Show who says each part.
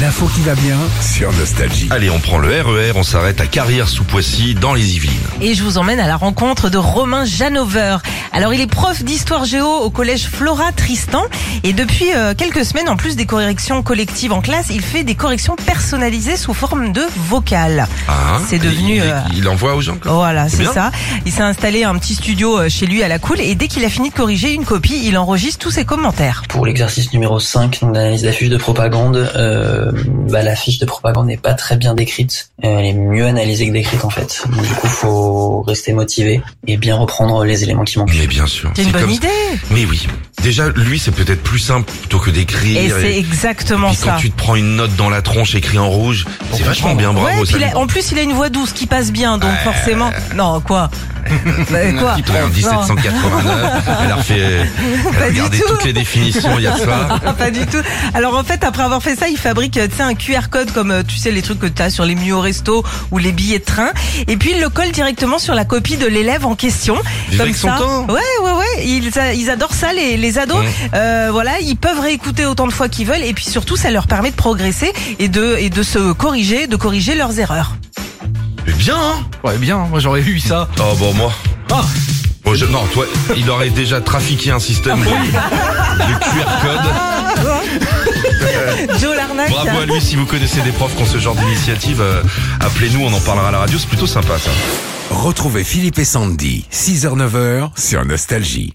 Speaker 1: L'info qui va bien sur Nostalgie.
Speaker 2: Allez, on prend le RER, on s'arrête à Carrière sous Poissy dans les Yvelines.
Speaker 3: Et je vous emmène à la rencontre de Romain Janover. Alors, il est prof d'histoire géo au collège Flora Tristan. Et depuis euh, quelques semaines, en plus des corrections collectives en classe, il fait des corrections personnalisées sous forme de vocale.
Speaker 2: Ah,
Speaker 3: C'est devenu,
Speaker 2: Il,
Speaker 3: euh,
Speaker 2: il envoie aux gens. quoi.
Speaker 3: Voilà,
Speaker 2: C'est
Speaker 3: c'est
Speaker 2: bien.
Speaker 3: ça. Il s'est installé un petit studio euh, chez lui à la cool. Et dès qu'il a fini de corriger une copie, il enregistre tous ses commentaires.
Speaker 4: Pour l'exercice numéro 5, donc d'analyse d'affiches de propagande, euh, bah, la fiche de propagande n'est pas très bien décrite. Euh, Elle est mieux analysée que décrite en fait. Donc, du coup, faut rester motivé et bien reprendre les éléments qui manquent.
Speaker 2: Mais bien sûr.
Speaker 3: Oh. C'est une
Speaker 2: C'est
Speaker 3: bonne
Speaker 2: comme-
Speaker 3: idée.
Speaker 2: Mais oui. Déjà, lui, c'est peut-être plus simple plutôt que d'écrire.
Speaker 3: Et c'est
Speaker 2: et
Speaker 3: exactement
Speaker 2: puis quand
Speaker 3: ça.
Speaker 2: tu te prends une note dans la tronche écrite en rouge, c'est vachement bien, bravo.
Speaker 3: Ouais,
Speaker 2: ça
Speaker 3: puis il a-
Speaker 2: lui-
Speaker 3: en plus, il a une voix douce qui passe bien, donc forcément. Non, quoi Bah, Quoi
Speaker 2: Qui te regarde,
Speaker 3: Non.
Speaker 2: 1789, elle a refait, elle a
Speaker 3: Pas du
Speaker 2: regardé
Speaker 3: tout.
Speaker 2: toutes les définitions il y a ça.
Speaker 3: Ah, pas du tout. Alors en fait, après avoir fait ça, il fabrique euh, tu sais, un QR code comme euh, tu sais les trucs que tu as sur les menus au resto ou les billets de train et puis il le colle directement sur la copie de l'élève en question.
Speaker 2: Vivre
Speaker 3: comme
Speaker 2: avec son
Speaker 3: ça.
Speaker 2: temps.
Speaker 3: Ouais, ouais, ouais, ils, a- ils adorent ça les, les ados.
Speaker 2: Ouais.
Speaker 3: Euh, voilà, ils peuvent réécouter autant de fois qu'ils veulent et puis surtout ça leur permet de progresser et de et de se corriger, de corriger leurs erreurs.
Speaker 2: Mais bien, hein
Speaker 5: Ouais, bien, moi j'aurais eu ça.
Speaker 2: Oh, bon, moi.
Speaker 5: Ah.
Speaker 2: Bon, je- non, toi, il aurait déjà trafiqué un système
Speaker 3: Ah
Speaker 2: de, de QR code.
Speaker 3: Joe l'arnaque.
Speaker 2: Bravo à lui si vous connaissez des profs qui ont ce genre d'initiative, euh, appelez-nous, on en parlera à la radio, c'est plutôt sympa ça.
Speaker 1: Retrouvez Philippe et Sandy, 6h-9h sur Nostalgie.